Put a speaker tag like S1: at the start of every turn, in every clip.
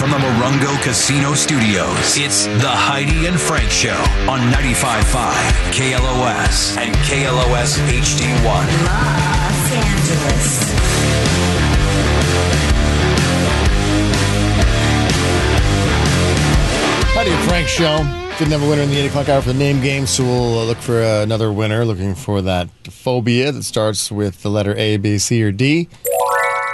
S1: Rungo Casino Studios. It's the Heidi and Frank Show on 95.5 KLOS and KLOS HD1.
S2: Los Angeles.
S3: Howdy, Frank Show. Didn't have a winner in the 8 o'clock hour for the name game, so we'll uh, look for uh, another winner. Looking for that phobia that starts with the letter A, B, C, or D.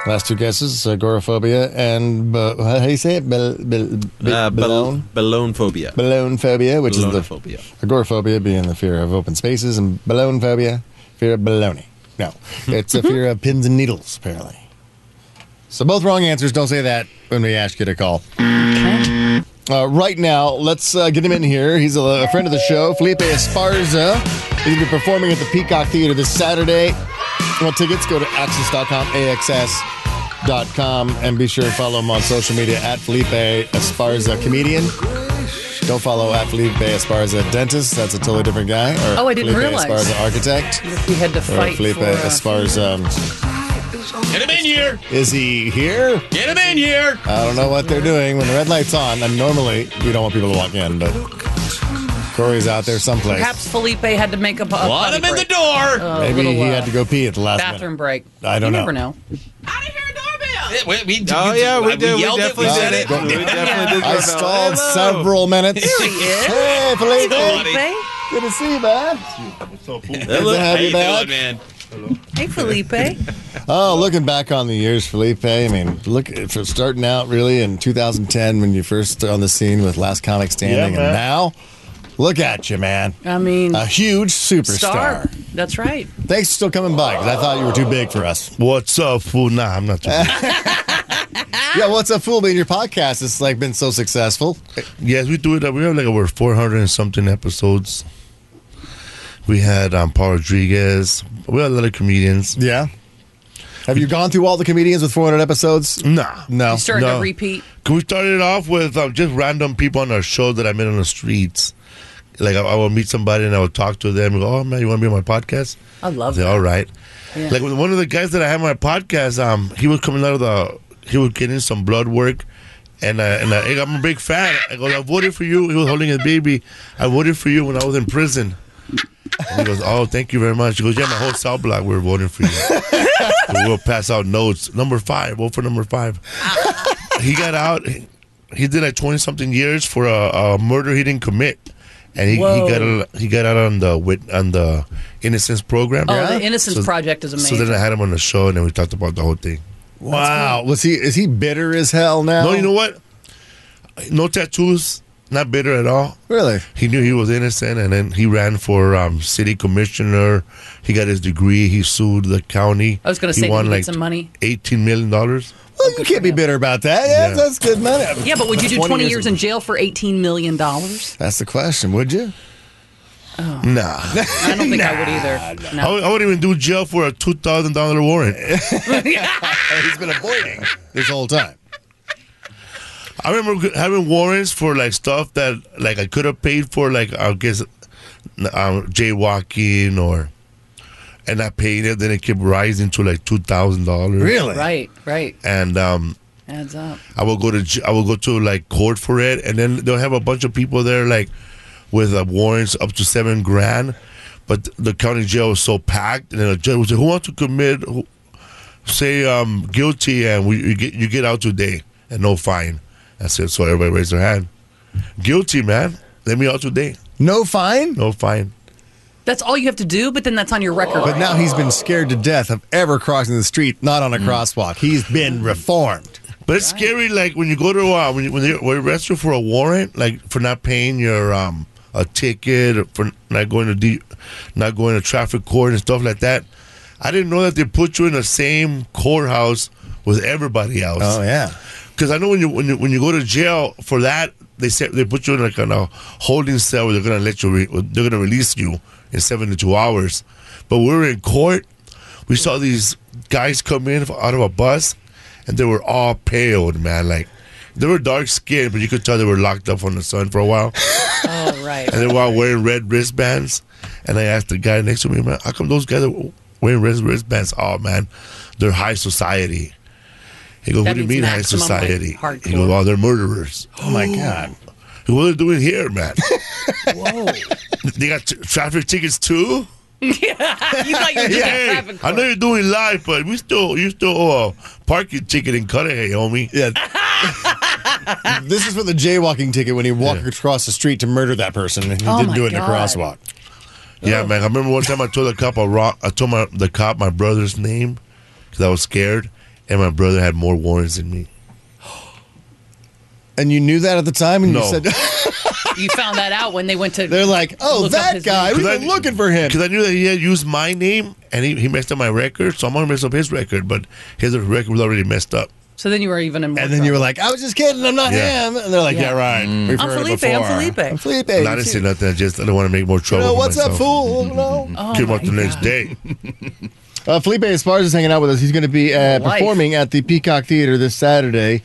S3: Last two guesses agoraphobia and, uh, how do you say it? Bel- bel- be-
S4: Uh,
S3: balloon?
S4: balloon. Balloon phobia.
S3: Balloon phobia, which is the
S4: Ballonophobia.
S3: agoraphobia being the fear of open spaces, and balloon phobia, fear of baloney. No, it's a fear of pins and needles, apparently. So both wrong answers. Don't say that when we ask you to call. Uh, right now, let's uh, get him in here. He's a, a friend of the show, Felipe Esparza. He's going to be performing at the Peacock Theater this Saturday. You want tickets? Go to access.com, AXS.com, and be sure to follow him on social media at Felipe Esparza Comedian. Don't follow at Felipe Esparza Dentist. That's a totally different guy. Or
S5: Oh, I didn't
S3: Felipe
S5: realize.
S3: Esparza Architect.
S5: We had to
S3: Or
S5: fight
S3: Felipe
S5: for. uh,
S3: Esparza.
S6: Get him in here!
S3: um, Is he here?
S6: Get him in here!
S3: I don't know what they're doing when the red light's on. And normally we don't want people to walk in, but Corey's out there someplace.
S5: perhaps Felipe had to make a, a
S6: Let
S5: potty
S6: him in the
S5: break.
S6: door!
S5: A
S3: Maybe
S5: little,
S3: he
S5: uh,
S3: had to go pee at the last
S5: bathroom
S3: minute.
S5: break.
S3: I don't
S5: you
S3: know.
S5: Never know.
S6: Yeah, we, we-
S4: Oh yeah, we
S6: we
S4: did. We
S6: yelled it, we
S4: definitely
S6: said
S4: did
S6: it.
S4: it. We definitely did.
S3: I
S4: doorbell.
S3: stalled
S4: Hello.
S3: several minutes. Here he is. Hey, Felipe.
S6: Hello.
S5: Felipe.
S3: Good to see you, man.
S4: Hello.
S3: Good to have
S6: How
S3: you
S6: you
S3: back.
S6: doing, man?
S5: Hey, Felipe.
S3: Oh, looking back on the years, Felipe. I mean, look, for starting out really in 2010 when you first on the scene with Last Comic Standing, and now, look at you, man.
S5: I mean,
S3: A huge superstar.
S5: star. That's right.
S3: Thanks for still coming by because I thought you were too big for us.
S7: What's up, fool? Nah, I'm not. Too
S5: Ah.
S3: Yeah, what's up, fool? Man, your podcast has like been so successful.
S7: yes, we do it. up. We have like over 400 and something episodes. We had um, Paul Rodriguez. We had a lot of comedians.
S3: Yeah. Have you gone through all the comedians with 400 episodes?
S7: Nah,
S3: No.
S5: You started
S7: no.
S5: to repeat.
S7: Can we start it off with um, just random people on our show that I met on the streets? Like I, I would meet somebody and I would talk to them. And go, oh man, you want to be on my podcast?
S5: I love
S7: They're
S5: that.
S7: all right.
S5: Yeah.
S7: Like with one of the guys that I had on my podcast, um, he was coming out of the, he was getting some blood work, and uh, and uh, hey, I'm a big fan. I go, I voted for you. He was holding his baby. I voted for you when I was in prison. And he goes, oh, thank you very much. He goes, yeah, my whole South Block, we were voting for you. And we'll pass out notes. Number five, vote for number five. he got out. He did like twenty something years for a, a murder he didn't commit, and he, he
S5: Whoa.
S7: got out, he got out on the wit- on the innocence program.
S5: Oh, the Innocence
S7: So-
S5: Project is
S7: so
S5: amazing.
S7: then I had him on the show, and then we talked about the whole thing.
S3: Wow. Was he is he bitter as hell now?
S5: Oh.
S7: No, you know what? No tattoos. Not bitter at all.
S3: Really?
S7: He knew he was innocent, and then he ran for um, city commissioner. He got his degree. He sued the county.
S5: I was gonna say,
S7: he
S5: did
S7: won
S5: he get
S7: like
S5: some money?
S7: eighteen million dollars.
S3: Well, you can't be bitter about that. Yeah,
S7: Yeah.
S3: that's good money.
S5: Yeah, but would you do 20, years, in
S3: jail?
S5: jail for $18 million? I
S3: That's the question, would you?
S7: Nah,
S5: don't think I would either.
S7: I, would, I wouldn't even do jail for a two thousand dollar warrant.
S3: Oh, He's been avoiding this whole time.
S7: I remember g- having warrants for like stuff that like I could have paid for, like I guess um, jaywalking or, and I paid it. Then it kept rising to like two thousand dollars.
S5: Right, right.
S7: And um,
S5: Adds up.
S7: I will go to j- I will go to like court for it, and then they'll have a bunch of people there like with uh, warrants up to seven grand, but th- the county jail was so packed, and then the judge would say, "Who wants to commit? Who, say um, guilty, and we you get you get out today and no fine." I said, "So everybody raise their hand. Guilty, man. Let me out today.
S3: No fine?
S7: No fine."
S5: That's all you have to do, but then that's on your record.
S3: But
S5: right?
S3: now he's been scared to death of ever crossing the street, not on a crosswalk. He's been reformed.
S7: But it's scary, like when you go to uh, when you, when they when they arrest you for a warrant, like for not paying your um a ticket or for not going to de- not going to traffic court and stuff like that. I didn't know that they put you in the same courthouse with everybody else.
S3: Oh, yeah.
S7: Because I know when you when you when you go to jail for that, they say they put you in like in a holding cell where they're gonna let you re- they're gonna release you in seventy two hours. But we were in court. We saw these guys come in out of a bus, and they were all pale, man. Like they were dark skinned, but you could tell they were locked up on the sun for a while,
S5: oh, right.
S7: and they were all wearing red wristbands. And I asked the guy next to me, man, how come those guys are wearing red wristbands? Oh man, they're high society. He goes,
S5: That
S7: What do you
S5: means
S7: mean high
S5: maximum, like,
S7: society? he
S5: hardcore.
S7: goes, Oh, they're murderers.
S3: Oh my god.
S7: He goes, What are they doing here, man? they got t- traffic tickets too?
S5: you thought you were doing
S7: Hey,
S5: traffic
S7: I know you're doing live, but we still you still owe a parking ticket in Cudahy, homie.
S3: Yeah. this is for the jaywalking ticket when he walked across the street to murder that person and he
S5: Oh
S3: didn't
S5: my
S3: do it in a
S5: God.
S3: crosswalk. Oh.
S7: Yeah, man. I remember one time I told the cop a rock. I told my the cop my brother's name because I was scared, and my brother had more warrants than me.
S3: And you knew that at the time and
S7: No.
S3: you said
S5: You found that out when they went to.
S3: they're like, "Oh,
S5: Look up
S3: that
S5: his
S3: guy.
S5: name.
S3: We've
S7: Because
S3: been
S7: I-
S3: looking for him."
S7: Because I knew that he had used my name, and he, he messed up my record, so I'm gonna mess up his record. But his record was already messed up.
S5: so then you were even in more.
S3: And then you were like, "I was just kidding. I'm not
S7: Yeah. Mm.
S3: him." And they're like, "Yeah,
S5: Yeah.
S3: right. We've
S5: I'm
S3: heard it
S5: Felipe, I'm
S3: before.
S5: Felipe.
S3: I'm Felipe.
S7: Not to say nothing. I just I don't want to make more
S3: You
S7: trouble.
S3: know,
S7: for
S3: what's up,
S7: myself. Mm-hmm.
S3: fool? No.
S5: Oh
S7: Came
S5: my
S7: up the next
S5: God.
S7: day.
S3: Uh, Felipe Esparza is hanging out with us. He's going to be uh,
S5: Life.
S3: performing at the Peacock Theater this Saturday.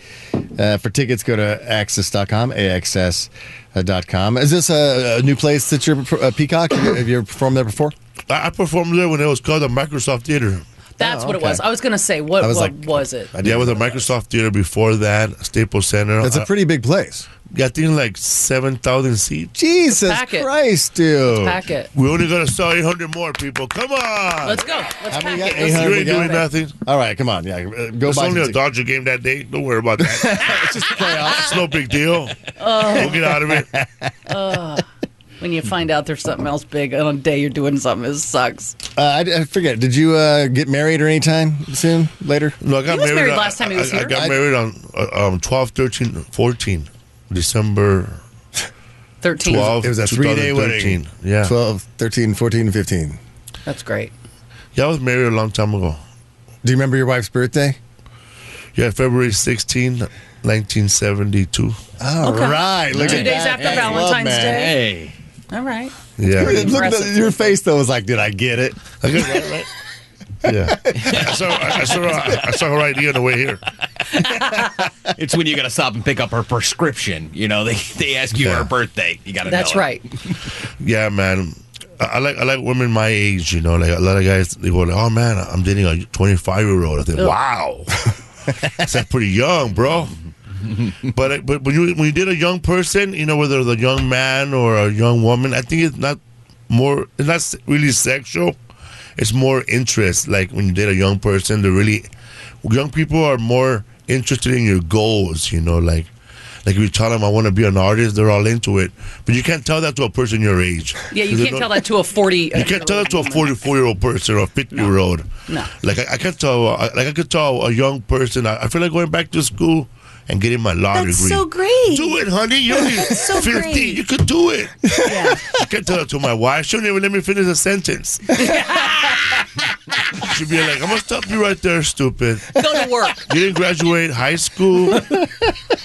S3: Uh, for tickets, go to access.com, AXS.com. Is this a, a new place that you're uh, Peacock? Have you- have you performed there before?
S7: I, I performed there when it was called the Microsoft Theater.
S5: That's
S3: Oh,
S5: what it
S3: okay.
S5: was. I was gonna say, what
S3: I was
S5: was,
S3: like-
S5: was it?
S7: Yeah, it was a Microsoft Theater before that, Staples Center.
S3: That's
S7: I-
S3: a pretty big place.
S7: I think like seven thousand seats.
S3: Jesus
S5: pack it.
S3: Christ, dude.
S5: Pack it.
S7: We only gonna sell 800 more people. Come on.
S5: Let's go. Let's
S3: How many
S5: pack
S3: got?
S5: it. Let's
S3: 800
S7: you
S5: do
S3: we
S5: it.
S7: ain't doing
S3: got?
S7: nothing.
S3: All right, come on. Yeah, uh, go
S7: It's
S3: buy some
S7: only a
S3: tickets.
S7: Dodger game that day. Don't worry about that.
S3: It's just playoffs. Oh.
S7: it's no big deal. we'll get out of it.
S5: When you find out there's something else big on a day you're doing something, it sucks.
S3: Uh, I, I forget. Did you uh, get married or anytime soon? Later?
S7: No, I got
S5: He was married
S7: on-
S5: last time he
S7: I-
S5: was
S7: I,
S5: here.
S7: I got
S3: I-
S7: married on uh, um, 12, 13, 14, December
S5: 13.
S7: 12.
S3: It was a three-day wedding.
S7: 2013. Yeah.
S3: 12, 13, 14, 15.
S5: That's great.
S7: Yeah, I was married a long time ago.
S3: Do you remember your wife's birthday?
S7: Yeah, February 16, 1972.
S3: All right, Look
S5: Two
S3: at
S5: days
S3: that.
S5: after Valentine's
S3: man.
S5: Day.
S8: Hey.
S5: All right.
S7: Yeah.
S3: Look at
S5: Impressive.
S3: your face, though. Was like, did I get it?
S7: I got it right, right? Yeah. I saw, I, I saw, her, I saw her idea on the way here.
S8: It's when you got to stop and pick up her prescription. You know, they, they ask you
S7: Yeah.
S8: her birthday. You got to
S5: That's
S8: know it.
S5: right.
S7: Yeah, man. I, I like I like women my age. You know, like a lot of guys, they go, like, "Oh man, I'm dating a 25 year old." I think, "Wow, that's pretty young, bro." but I- but when you when you date a young person, you know, whether it's a young man or a young woman, I think it's not more. It's not se- really sexual. It's more interest. Like when you date a young person, they're really young people are more interested in your goals. You know, like. Like if you tell them I want to be an artist, they're all into it. But you can't tell that to a person your age.
S5: Yeah, you
S7: They
S5: can't
S7: don't-
S5: tell that to a 40.
S7: you can't tell that to a 44 year old person or a 50 year old.
S5: No.
S7: Like I, I can't tell. I, like I could tell a young person. I, I feel like going back to school and getting my law
S2: That's
S7: degree.
S2: so great.
S7: do it, honey. You're only 50.
S2: great.
S7: You could do it.
S5: Yeah.
S7: I can't tell that to my wife. She'll never let me finish a sentence. She'll be like, I'm going to stop you right there, stupid.
S5: Go to work.
S7: You didn't graduate high school.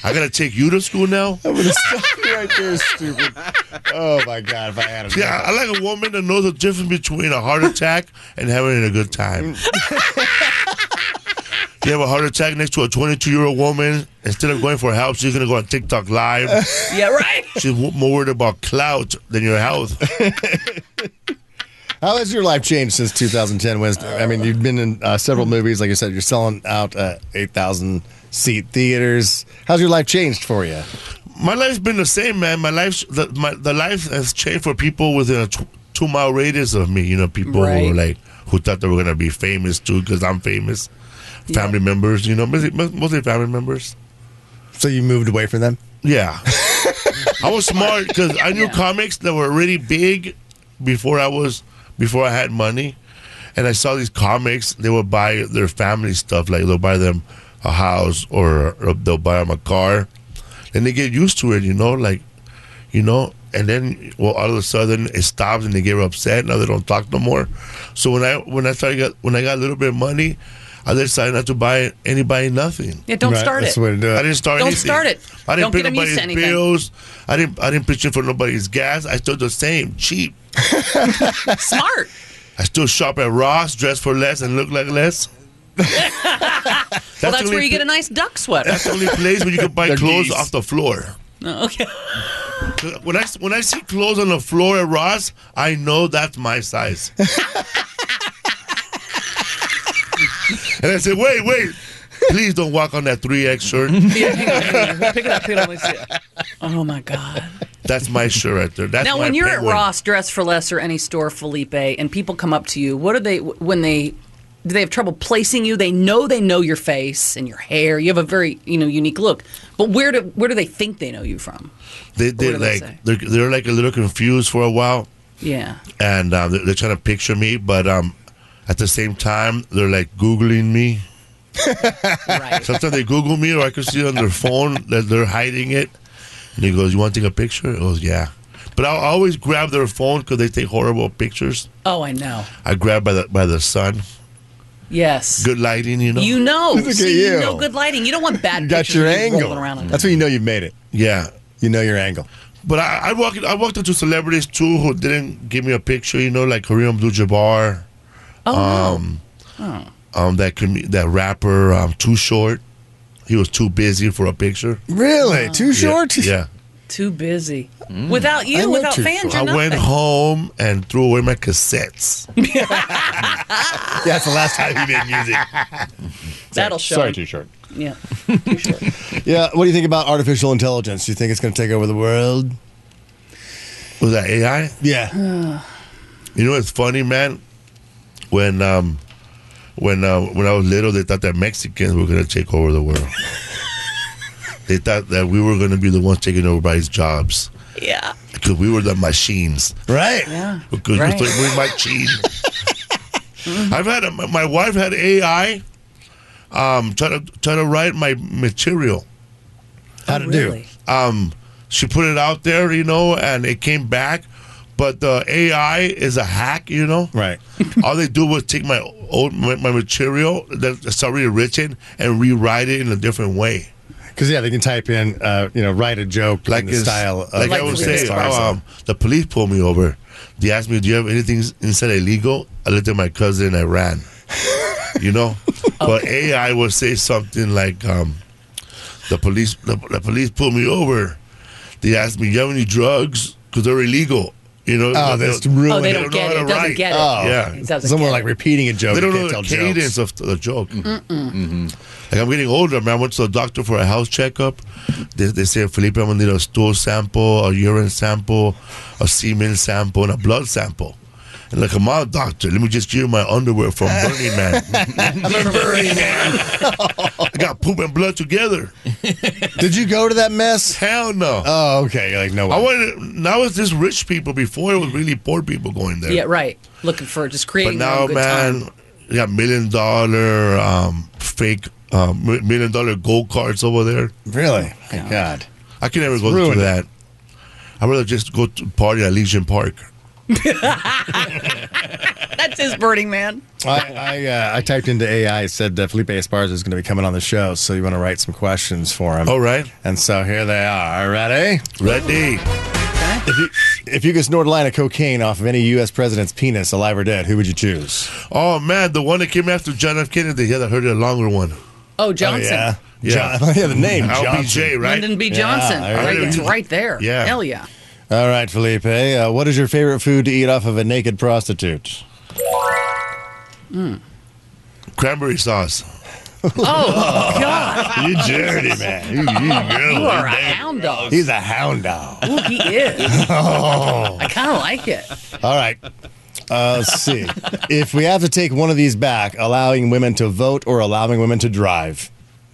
S7: I got to take you to school now.
S3: I'm gonna stop you right there, stupid. Oh my god, if I had a
S7: Yeah, I I like a woman that knows the difference between a heart attack and having a good time. you have a heart attack next to a 22 year old woman. Instead of going for help, she's going to go on TikTok Live.
S5: Yeah, right.
S7: She's w- more worried about clout than your health.
S3: How has your life changed since 2010, Wednesday? I mean, you've been in uh, several movies, like you said. You're selling out uh, 8,000 seat theaters. How's your life changed for you?
S7: My life's been the same, man. My life's the, my, the life has changed for people within a tw- two mile radius of me. You know, people who
S5: Right.
S7: are like who thought they were going to be famous too because I'm famous. Family members, you know, mostly, mostly family members.
S3: So you moved away from them?
S7: Yeah. I was smart because I knew
S5: Yeah.
S7: comics that were really big before I was before I had money, and I saw these comics. They would buy their family stuff, like they'll buy them a house or, or they'll buy them a car, and they get used to it, you know, like you know. And then, well, all of a sudden it stops, and they get upset. Now they don't talk no more. So when I when I started got, when I got a little bit of money, I decided not to buy anybody nothing.
S5: Yeah, don't
S3: Right,
S5: start
S3: that's
S5: it.
S3: the way to do
S7: I
S3: it.
S7: didn't start.
S5: Don't
S7: anything.
S5: start it.
S7: I
S5: Don't
S7: didn't pay
S5: get 'em used to
S7: nobody's
S5: anything.
S7: bills. I didn't. I didn't pitch for nobody's gas. I still the same, cheap.
S5: Smart.
S7: I still shop at Ross, dress for less, and look like less. that's
S5: Well, that's
S7: the only
S5: where you get
S7: pla-
S5: a nice duck sweater.
S7: That's the only place where you can buy
S3: Their
S7: clothes
S3: knees.
S7: off the floor.
S5: Oh, okay.
S7: When I when I see clothes on the floor at Ross, I know that's my size. and I said, wait, wait. Please don't walk on that 3X shirt.
S5: Yeah, hang on, hang on. Pick it up. Pick it up. Let me see it. Oh my God.
S7: That's my shirt right there. That's
S5: Now,
S7: my
S5: when you're
S7: penguin.
S5: at Ross Dress for Less or any store, Felipe, and people come up to you, what are they when they do they have trouble placing you? They know they know your face and your hair. You have a very you know unique look, but where do where do they think they know you from?
S7: they, they're
S5: do they
S7: like
S5: say?
S7: they're, they're like a little confused for a while,
S5: Yeah,
S7: and um, they're, they're trying to picture me, but um, at the same time they're like googling me.
S5: right.
S7: Sometimes they Google me, or I can see on their phone that they're hiding it. And he goes, "You want to take a picture?" I goes, "Yeah." But I always grab their phone because they take horrible pictures.
S5: oh, I know.
S7: I grab by the by the sun,
S5: Yes,
S7: good lighting, you know.
S5: you know.
S3: Look at
S5: See, you.
S3: you.
S5: know good lighting. You don't want bad.
S3: You got
S5: pictures
S3: your
S5: of you
S3: angle. Mm.
S5: rolling around on
S3: That's when you know you've made it.
S7: yeah.
S3: You know your angle.
S7: But I, I walked I walked into celebrities too who didn't give me a picture, you know, like Kareem Abdul-Jabbar,
S5: Oh,
S7: um, that com- that rapper, um, Too Short. He was too busy for a picture.
S3: Really? Too
S7: Yeah,
S3: short?
S7: Yeah.
S5: too busy. Without
S3: Mm. I
S5: you,
S3: know
S5: without
S3: too
S5: fans,
S3: short.
S5: you're
S7: I
S5: nothing.
S7: went home and threw away my cassettes.
S3: Yeah, That's the last time.
S7: I didn't use it.
S5: That'll show.
S3: Sorry,
S5: him.
S3: too short.
S5: Yeah.
S3: Yeah. What do you think about artificial intelligence? Do you think it's going to take over the world?
S7: Was that AI?
S3: Yeah.
S7: You know, it's funny, man. When um, when uh, when I was little, they thought that Mexicans were gonna take over the world. they thought that we were gonna be the ones taking everybody's jobs
S5: Yeah.
S7: because we were the machines.
S3: Right.
S5: Yeah.
S7: Because
S5: Right. Mm-hmm.
S7: we're, we're machine. I've had a, my- my wife had AI. Um, try to try to write my material.
S3: How to do?
S5: Oh, Really.
S7: um, she put it out there, you know, and it came back. But the AI is a hack, you know.
S3: Right.
S7: All they do was take my old my, my material that's already written and rewrite it in a different way.
S3: Because yeah, they can type in, uh, you know, write a joke like
S7: Like
S3: in the
S7: it's-
S3: style. Of
S7: like I would
S5: was
S3: David
S7: say,
S5: saying,
S3: Starr.
S7: um, the police pulled me over. They asked me, "Do you have anything inside illegal?" I looked at my cousin. I ran. you know, but AI would say something like, um, "The police, the, the police pulled me over. They asked me, "Do you have any drugs?" Because they're illegal. You know.
S3: Oh,
S7: They-
S3: that's
S7: they-
S3: really.
S5: Oh, they don't
S7: don't know
S5: get
S7: how
S5: it.
S7: to
S5: It doesn't
S7: write.
S5: get it.
S3: Oh.
S7: Yeah.
S5: It doesn't
S3: Someone
S5: get
S3: like
S5: it.
S3: repeating a joke.
S7: They don't
S3: you
S7: know
S3: can't
S7: the
S3: tell jokes.
S7: cadence of the joke. Mm-hmm. Like I'm getting older, man. I went to the doctor for a health checkup. They, they said, Felipe, I'm gonna need a stool sample, a urine sample, a semen sample, and a blood sample. And like, I'm out, doctor. Let me just give you my underwear from Burning Man. Burning Man. I got poop and blood together.
S3: Did you go to that mess?
S7: Hell no.
S3: Oh, okay. You're like no. Way.
S7: I wanted. Now it's just rich people. Before it was really poor people going there.
S5: Yeah, right. Looking for just
S7: But
S5: creating. their
S7: now,
S5: own good
S7: man,
S5: time.
S7: they got million dollar um, fake, um, mi- million dollar gold cards over there.
S3: really. My God.
S7: I can never go
S3: ruined
S7: through
S3: it.
S7: that. I'd rather just go to party at Legion Park.
S5: that's his Burning Man.
S3: I I, uh, I typed into AI. It said that Felipe Esparza is going to be coming on the show, so you want to write some questions for him.
S7: All Oh, right,
S3: And so here they are. Ready?
S7: ready?
S3: If you, if you could snort a line of cocaine off of any U.S. president's penis, alive or dead, who would you choose?
S7: Oh man, the one that came after John F. Kennedy. Yeah, I heard a longer one.
S5: Oh, Johnson.
S7: Yeah.
S3: John, yeah, the name Johnson.
S7: LBJ, right?
S5: Lyndon B. Johnson.
S3: there
S5: right,
S7: you
S5: it's
S7: go.
S5: right there.
S7: Yeah.
S5: Hell yeah.
S3: All right, Felipe. Uh, what is your favorite food to eat off of a naked prostitute?
S7: Cranberry sauce.
S5: Oh, God.
S3: You dirty man.
S5: You are a hound dog.
S3: He's a hound dog.
S5: Ooh, he is. I kind of like it.
S3: All right. Uh, let's see. if we have to take one of these back, allowing women to vote or allowing women to drive,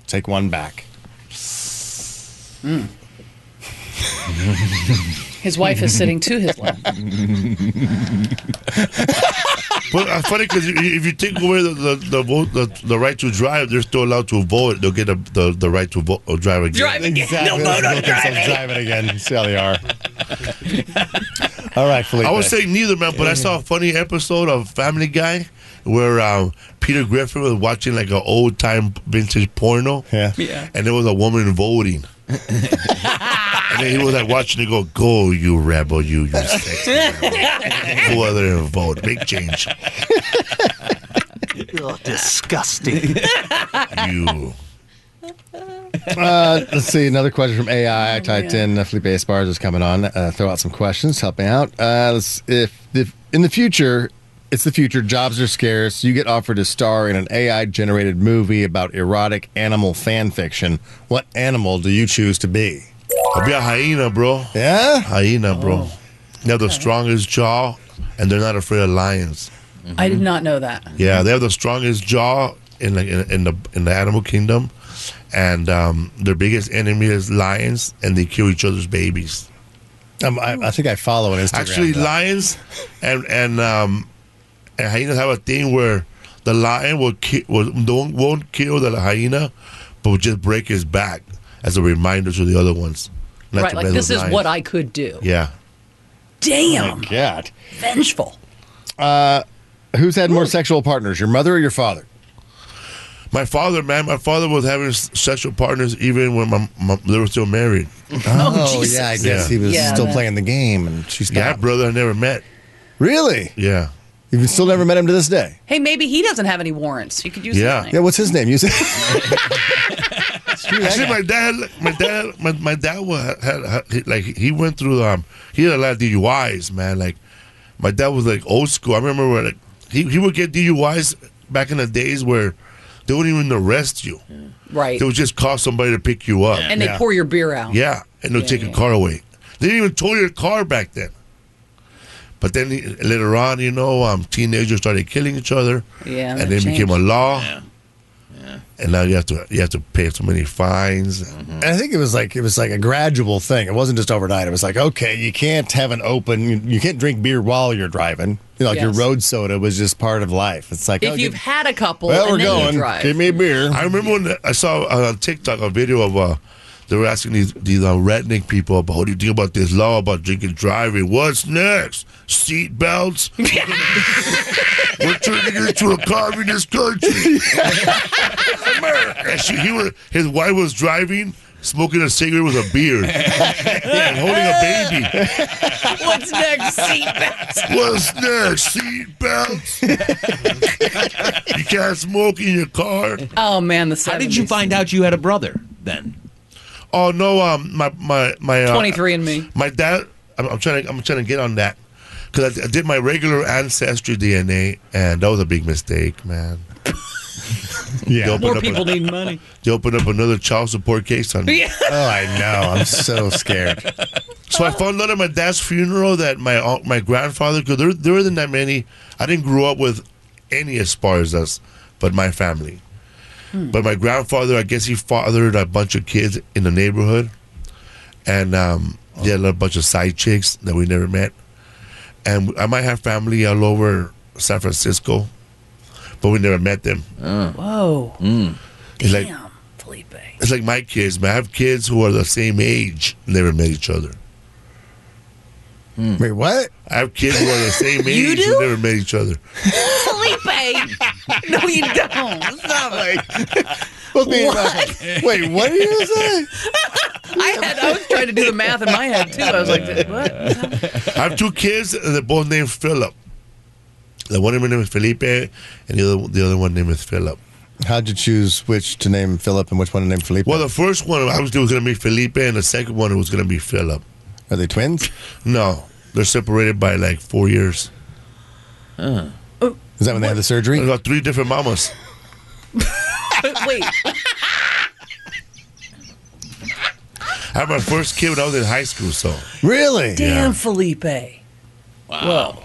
S3: take one back.
S5: His wife is sitting to his left.
S7: But uh, funny because if you take away the the, the, vote, the the right to drive, they're still allowed to vote. They'll get a, the the right to vote or drive again.
S5: Drive again.
S3: Exactly.
S5: No,
S3: Let's
S5: no, no,
S3: make themselves
S5: driving.
S3: drive it again. See how they are. All right, Felipe.
S7: I would say neither, man. But I saw a funny episode of Family Guy where um, Peter Griffin was watching like an old time vintage porno.
S3: Yeah.
S5: Yeah.
S7: And there was a woman voting. and then he was like watching it go, go, you rebel, you, you sexy rebel. Go out there and vote. Big change.
S1: Disgusting.
S7: You.
S3: Uh, let's see. Another question from AI. I typed in uh, Felipe Esparza is coming on. Uh, throw out some questions. Help me out. Uh, let's, if, if in the future, It's the future. Jobs are scarce. You get offered a star in an AI generated movie about erotic animal fan fiction. What animal do you choose to be?
S7: I'll be a hyena, bro.
S3: Yeah?
S7: Hyena, bro. They have the strongest jaw, and they're not afraid of lions.
S5: I did not know that.
S7: Yeah, they have the strongest jaw in the in, in the in the animal kingdom, and um, their biggest enemy is lions, and they kill each other's babies.
S3: Um, I, I think I follow an Instagram.
S7: Actually,
S3: though.
S7: lions and and um, and hyenas have a thing where the lion will ki- will don't won't kill the hyena, but will just break his back as a reminder to the other ones. not
S5: right,
S7: to
S5: like
S7: mess
S5: this
S7: with
S5: is
S7: lions.
S5: what I could do.
S7: Yeah.
S5: Damn,
S3: God.
S5: vengeful.
S3: Who's had more sexual partners, your mother or your father?
S7: My father, man, my father was having s- sexual partners even when my, my they were still married.
S5: Oh, Jesus.
S3: yeah, I guess
S7: Yeah.
S3: he was
S5: Yeah,
S3: still
S5: that-
S3: playing the game and she
S7: Yeah,
S3: stopped.
S7: brother, I never met.
S3: Really?
S7: Yeah,
S3: You've still never met him to this day.
S5: Hey, maybe he doesn't have any warrants. You could use
S7: Yeah.
S5: that.
S3: Yeah, what's his name? You said. Screw that
S7: actually,
S3: guy.
S7: my dad, my dad, my, my dad was had, had he- like he went through um he had a lot of DUIs, man. Like my dad was like old school. I remember where like he he would get DUIs back in the days where they wouldn't even arrest you.
S5: Right.
S7: They would just call somebody to pick you up.
S5: And they pour your beer out.
S7: Yeah, and they'll take your car away. They didn't even tow your car back then. But then he- later on, you know, um, teenagers started killing each other.
S5: Yeah,
S7: and
S5: that
S7: then it became a
S5: changed.
S7: law. And now you have to you have to pay so many fines.
S3: And I think it was like it was like a gradual thing. It wasn't just overnight. It was like, okay, you can't have an open, you, you can't drink beer while you're driving. You know, like your
S5: Yes.
S3: road soda was just part of life. It's like, oh,
S5: If you've
S3: give-
S5: had a couple
S3: well, we're
S5: and then you
S3: going.
S5: drive,
S3: Give me a beer.
S7: I remember when I saw on TikTok a video of uh, they were asking these these uh, redneck people about what do you think about this law about drinking and driving? What's next? Seat belts. we're turning into a communist country. and she, he was, his wife was driving. Smoking a cigarette with a beard and holding a baby.
S5: what's next? See,
S7: What's next? Seat belts. you can't smoke in your car.
S5: oh man, the 70s.
S8: How did you find out you had a brother then?
S7: Oh no, um, my my my uh,
S5: Twenty three and me.
S7: My dad, I'm, I'm trying to, I'm trying to get on that because I, I did my regular ancestry DNA, and that was a big mistake, man.
S3: yeah.
S7: They opened
S5: More
S7: up
S5: people
S7: a,
S5: need money.
S7: They opened up another child support case on me.
S5: Yeah.
S3: Oh, I know. I'm so scared.
S7: So I found out at my dad's funeral that my aunt, my grandfather, because there, there wasn't that many. I didn't grow up with any as far as us, but my family. But my grandfather, I guess he fathered a bunch of kids in the neighborhood, and um, he had a bunch of side chicks that we never met. And I might have family all over San Francisco, but we never met them.
S5: Whoa.
S7: Mm. It's like
S5: Damn, Felipe.
S7: it's like my kids. Man, I have kids who are the same age, never met each other.
S3: Wait, what?
S7: I have kids who are the same age
S5: do?
S7: who never met each other.
S5: Felipe. no, you don't. Stop it.
S3: Supposed to be- Wait, what did you say?
S5: I had. I was trying to do the math in my head too. I was like, what?
S7: I have two kids, and they're both named Philip. The one of them name is Felipe, and the other the other one name is Philip.
S3: How'd you choose which to name Philip and which one to name Felipe?
S7: Well, the first one obviously was going to be Felipe, and the second one was going to be Philip.
S3: Are they twins?
S7: No, they're separated by like four years.
S3: Is that when they had the
S7: I
S3: surgery?
S7: got three different mamas.
S5: But wait.
S7: I had my first kid when I was in high school, so
S3: Really?
S5: Damn, Felipe. Wow. Whoa.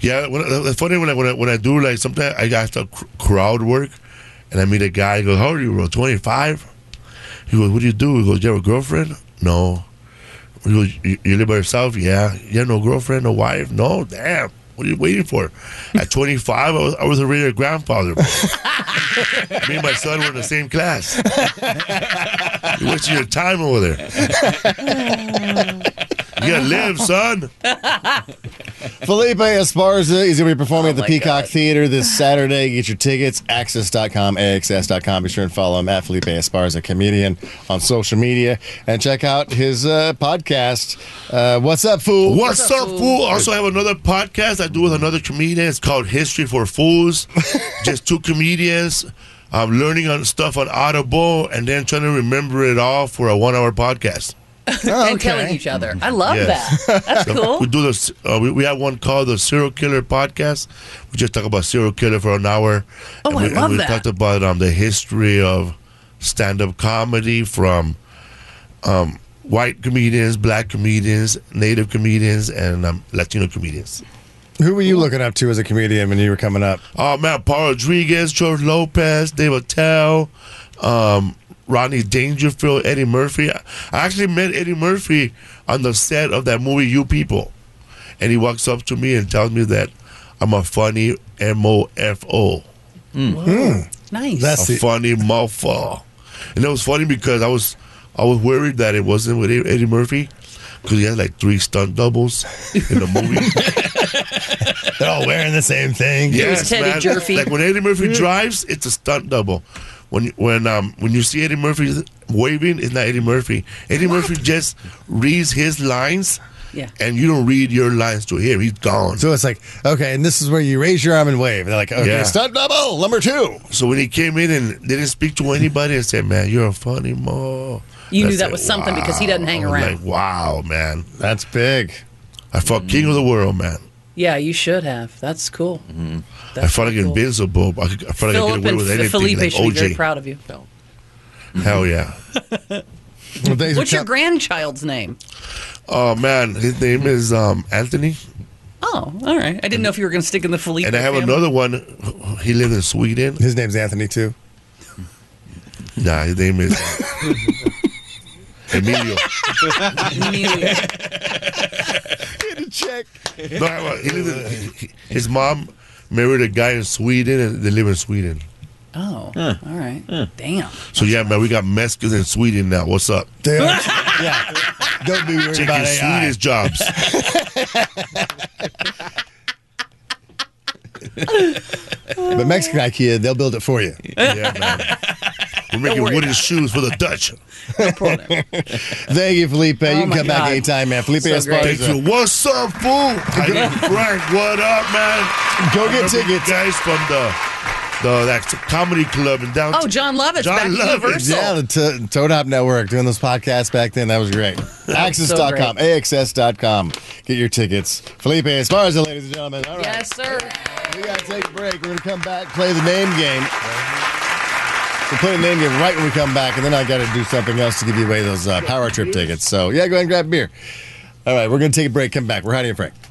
S7: yeah. When, the funny when I, when I when I do like sometimes I got to cr- crowd work, and I meet a guy. I go, "How old are you, bro? 25? He goes, "What do you do?" He goes, "You have a girlfriend?" No. He goes, you, you live by yourself? Yeah. You have no girlfriend, no wife? No. Damn. What are you waiting for? At 25, I was, I was already a grandfather. bro. Me and my son were in the same class. You're wasting your time over there. you gotta live, son.
S3: Felipe Esparza is going to be performing at the
S5: Oh my
S3: Peacock
S5: God.
S3: Theater this Saturday. Get your tickets, access.com, axs.com. Be sure and follow him at Felipe Esparza Comedian on social media. And check out his uh, podcast, uh, What's Up, Fool?
S7: What's, up, fool? Also, I have another podcast I do with another comedian. It's called History for Fools. Just two comedians. uh, I'm learning on stuff on Audible and then trying to remember it all for a one-hour podcast.
S3: Oh,
S5: and telling
S3: okay.
S5: each other. I love
S7: Yes.
S5: that. That's cool.
S7: We do this. Uh, we, we have one called the Serial Killer Podcast. We just talk about serial killer for an hour.
S5: Oh,
S7: and
S5: I
S7: we,
S5: love
S7: and we
S5: that.
S7: talked about um, the history of stand-up comedy from um, white comedians, black comedians, Native comedians, and um, Latino comedians.
S3: Who were you looking up to as a comedian when you were coming up?
S7: Oh man, Paul Rodriguez, George Lopez, Dave Attell, um, Ronnie Dangerfield, Eddie Murphy. I actually met Eddie Murphy on the set of that movie You People, and he walks up to me and tells me that I'm a funny mofo,
S5: Nice.
S7: a
S3: That's the,
S7: funny mofo, and it was funny because I was I was worried that it wasn't with E-, Eddie Murphy. Because he had like three stunt doubles in the movie.
S3: they're all wearing the same thing.
S5: was Teddy Mm-hmm. Jerfy.
S7: Like when Eddie Murphy drives, it's a stunt double. When when um when you see Eddie Murphy waving, it's not Eddie Murphy. Eddie Murphy just reads his lines,
S5: Yeah.
S7: and you don't read your lines to him. He's gone. So,
S3: So it's like, okay, and this is where you raise your arm and wave. They're like, okay,
S7: Yeah.
S3: stunt double, number two.
S7: when he came in and didn't speak to anybody, and said, "Man, you're a funny mo."
S5: You
S7: I
S5: knew that
S7: said,
S5: was something because he doesn't hang
S7: I
S5: around.
S7: was
S5: Mm.
S7: Like wow, man,
S3: That's big.
S7: I fought king of the world, man.
S5: yeah, you should have. That's cool.
S7: Mm-hmm. I felt like invincible. I, I felt like I could
S5: Philip
S7: get away
S5: and
S7: with
S5: F-
S7: anything.
S5: Felipe
S7: like
S5: should be very
S7: OJ,
S5: proud of you.
S7: hell yeah.
S3: Well, thanks for
S5: What's your
S3: co-
S5: grandchild's name?
S7: Oh man, his name is um Anthony.
S5: Oh, all right. I didn't know if you were going to stick in the Felipe.
S7: And I have
S5: family.
S7: another one. He lives in Sweden.
S3: His name's Anthony too.
S7: Nah, his name is Emilio.
S5: Amelia.
S3: Check.
S7: No, I- he lives in- he- his mom married a guy in Sweden, and they live in Sweden.
S5: Oh, all right. Damn.
S7: So yeah, man, we got Mexicans in Sweden now. What's up?
S3: Dude, yeah. Don't be worried
S7: Taking
S3: about AI.
S7: Swedish jobs.
S3: The Mexican IKEA, they'll build it for you.
S7: yeah, man. We're making
S5: worry
S7: wooden
S5: about it.
S7: shoes for the Dutch.
S3: Thank you, Felipe. you can
S5: my
S3: come back
S5: God.
S3: anytime, man. Felipe
S5: So great.
S7: Thank
S3: Esparza.
S7: you. What's up, fool? I got Frank. What up, man?
S3: Go get
S7: Remember the
S3: tickets.
S7: guys from the the that comedy club in downtown.
S5: Oh, John Lovett's
S7: John
S5: back
S7: Lovett.
S5: at Universal.
S3: Yeah, the to- Toad Hop Network doing those podcasts back then. That was great. Access.com, AXS.com. Get your tickets. Felipe Esparza, ladies and gentlemen. All right.
S5: Yes, sir.
S3: We got to take a break. We're going to come back, play the name game. We'll play the name game right when we come back, and then I got to do something else to give you away those uh, power trip tickets. So, yeah, go ahead and grab a beer. All right, we're going to take a break, come back. We're Heidi and Frank.